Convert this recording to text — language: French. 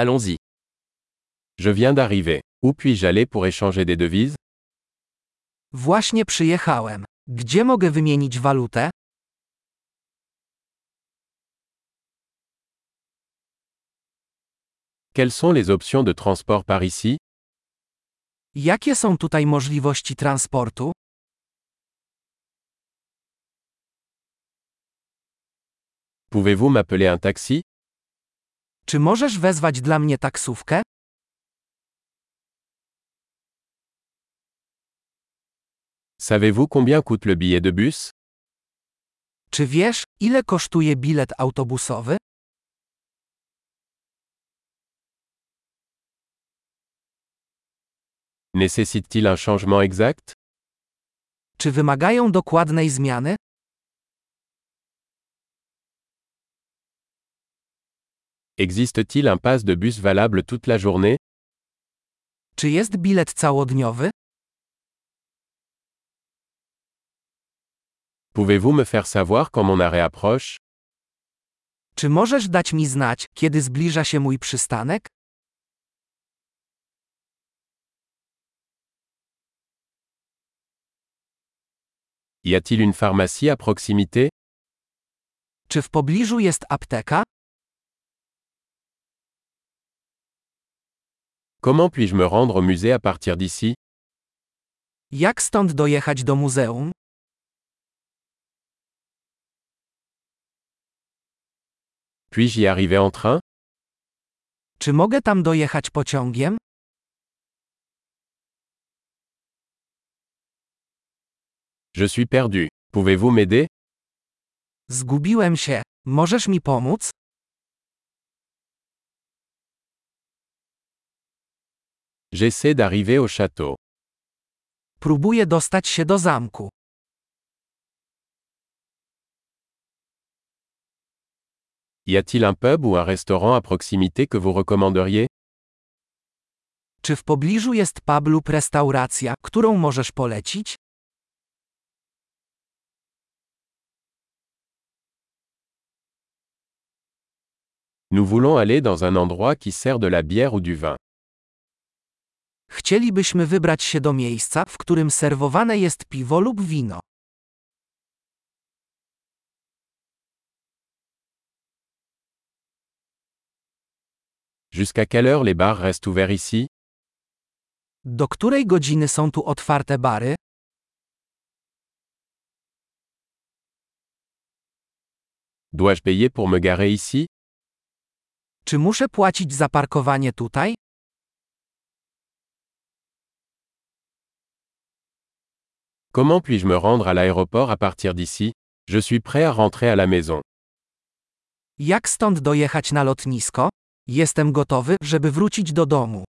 Allons-y. Je viens d'arriver. Où puis-je aller pour échanger des devises Właśnie przyjechałem. Gdzie mogę wymienić walutę? Quelles sont les options de transport par ici Jakie są tutaj możliwości transportu? Pouvez-vous m'appeler un taxi Czy możesz wezwać dla mnie taksówkę? Savez-vous combien coûte le billet de bus Czy wiesz, ile kosztuje bilet autobusowy? Nécessite-t-il un changement exact Czy wymagają dokładnej zmiany? Existe-t-il un pass de bus valable toute la journée Czy jest bilet całodniowy? Pouvez-vous me faire savoir quand mon arrêt approche Czy możesz dać mi znać, kiedy zbliża się mój przystanek? Y a-t-il une pharmacie à proximité Czy w pobliżu jest apteka? Comment puis-je me rendre au musée à partir d'ici Jak stąd dojechać do muzeum? Puis-je y arriver en train Czy mogę tam dojechać pociągiem? Je suis perdu. Pouvez-vous m'aider Zgubiłem się. Możesz mi pomóc? J'essaie d'arriver au château. Próbuję dostać się do zamku. Y a-t-il un pub ou un restaurant à proximité que vous recommanderiez Czy w pobliżu jest pub lub restauracja, którą możesz polecić? Nous voulons aller dans un endroit qui sert de la bière ou du vin. Chcielibyśmy wybrać się do miejsca, w którym serwowane jest piwo lub wino. Jusqu'à quelle heure les bars restent ouverts ici Do której godziny są tu otwarte bary? Dois-je payer pour me garer ici Czy muszę płacić za parkowanie tutaj? Comment puis-je me rendre à l'aéroport à partir d'ici Je suis prêt à rentrer à la maison. Jak stąd dojechać na lotnisko? Jestem gotowy, żeby wrócić do domu.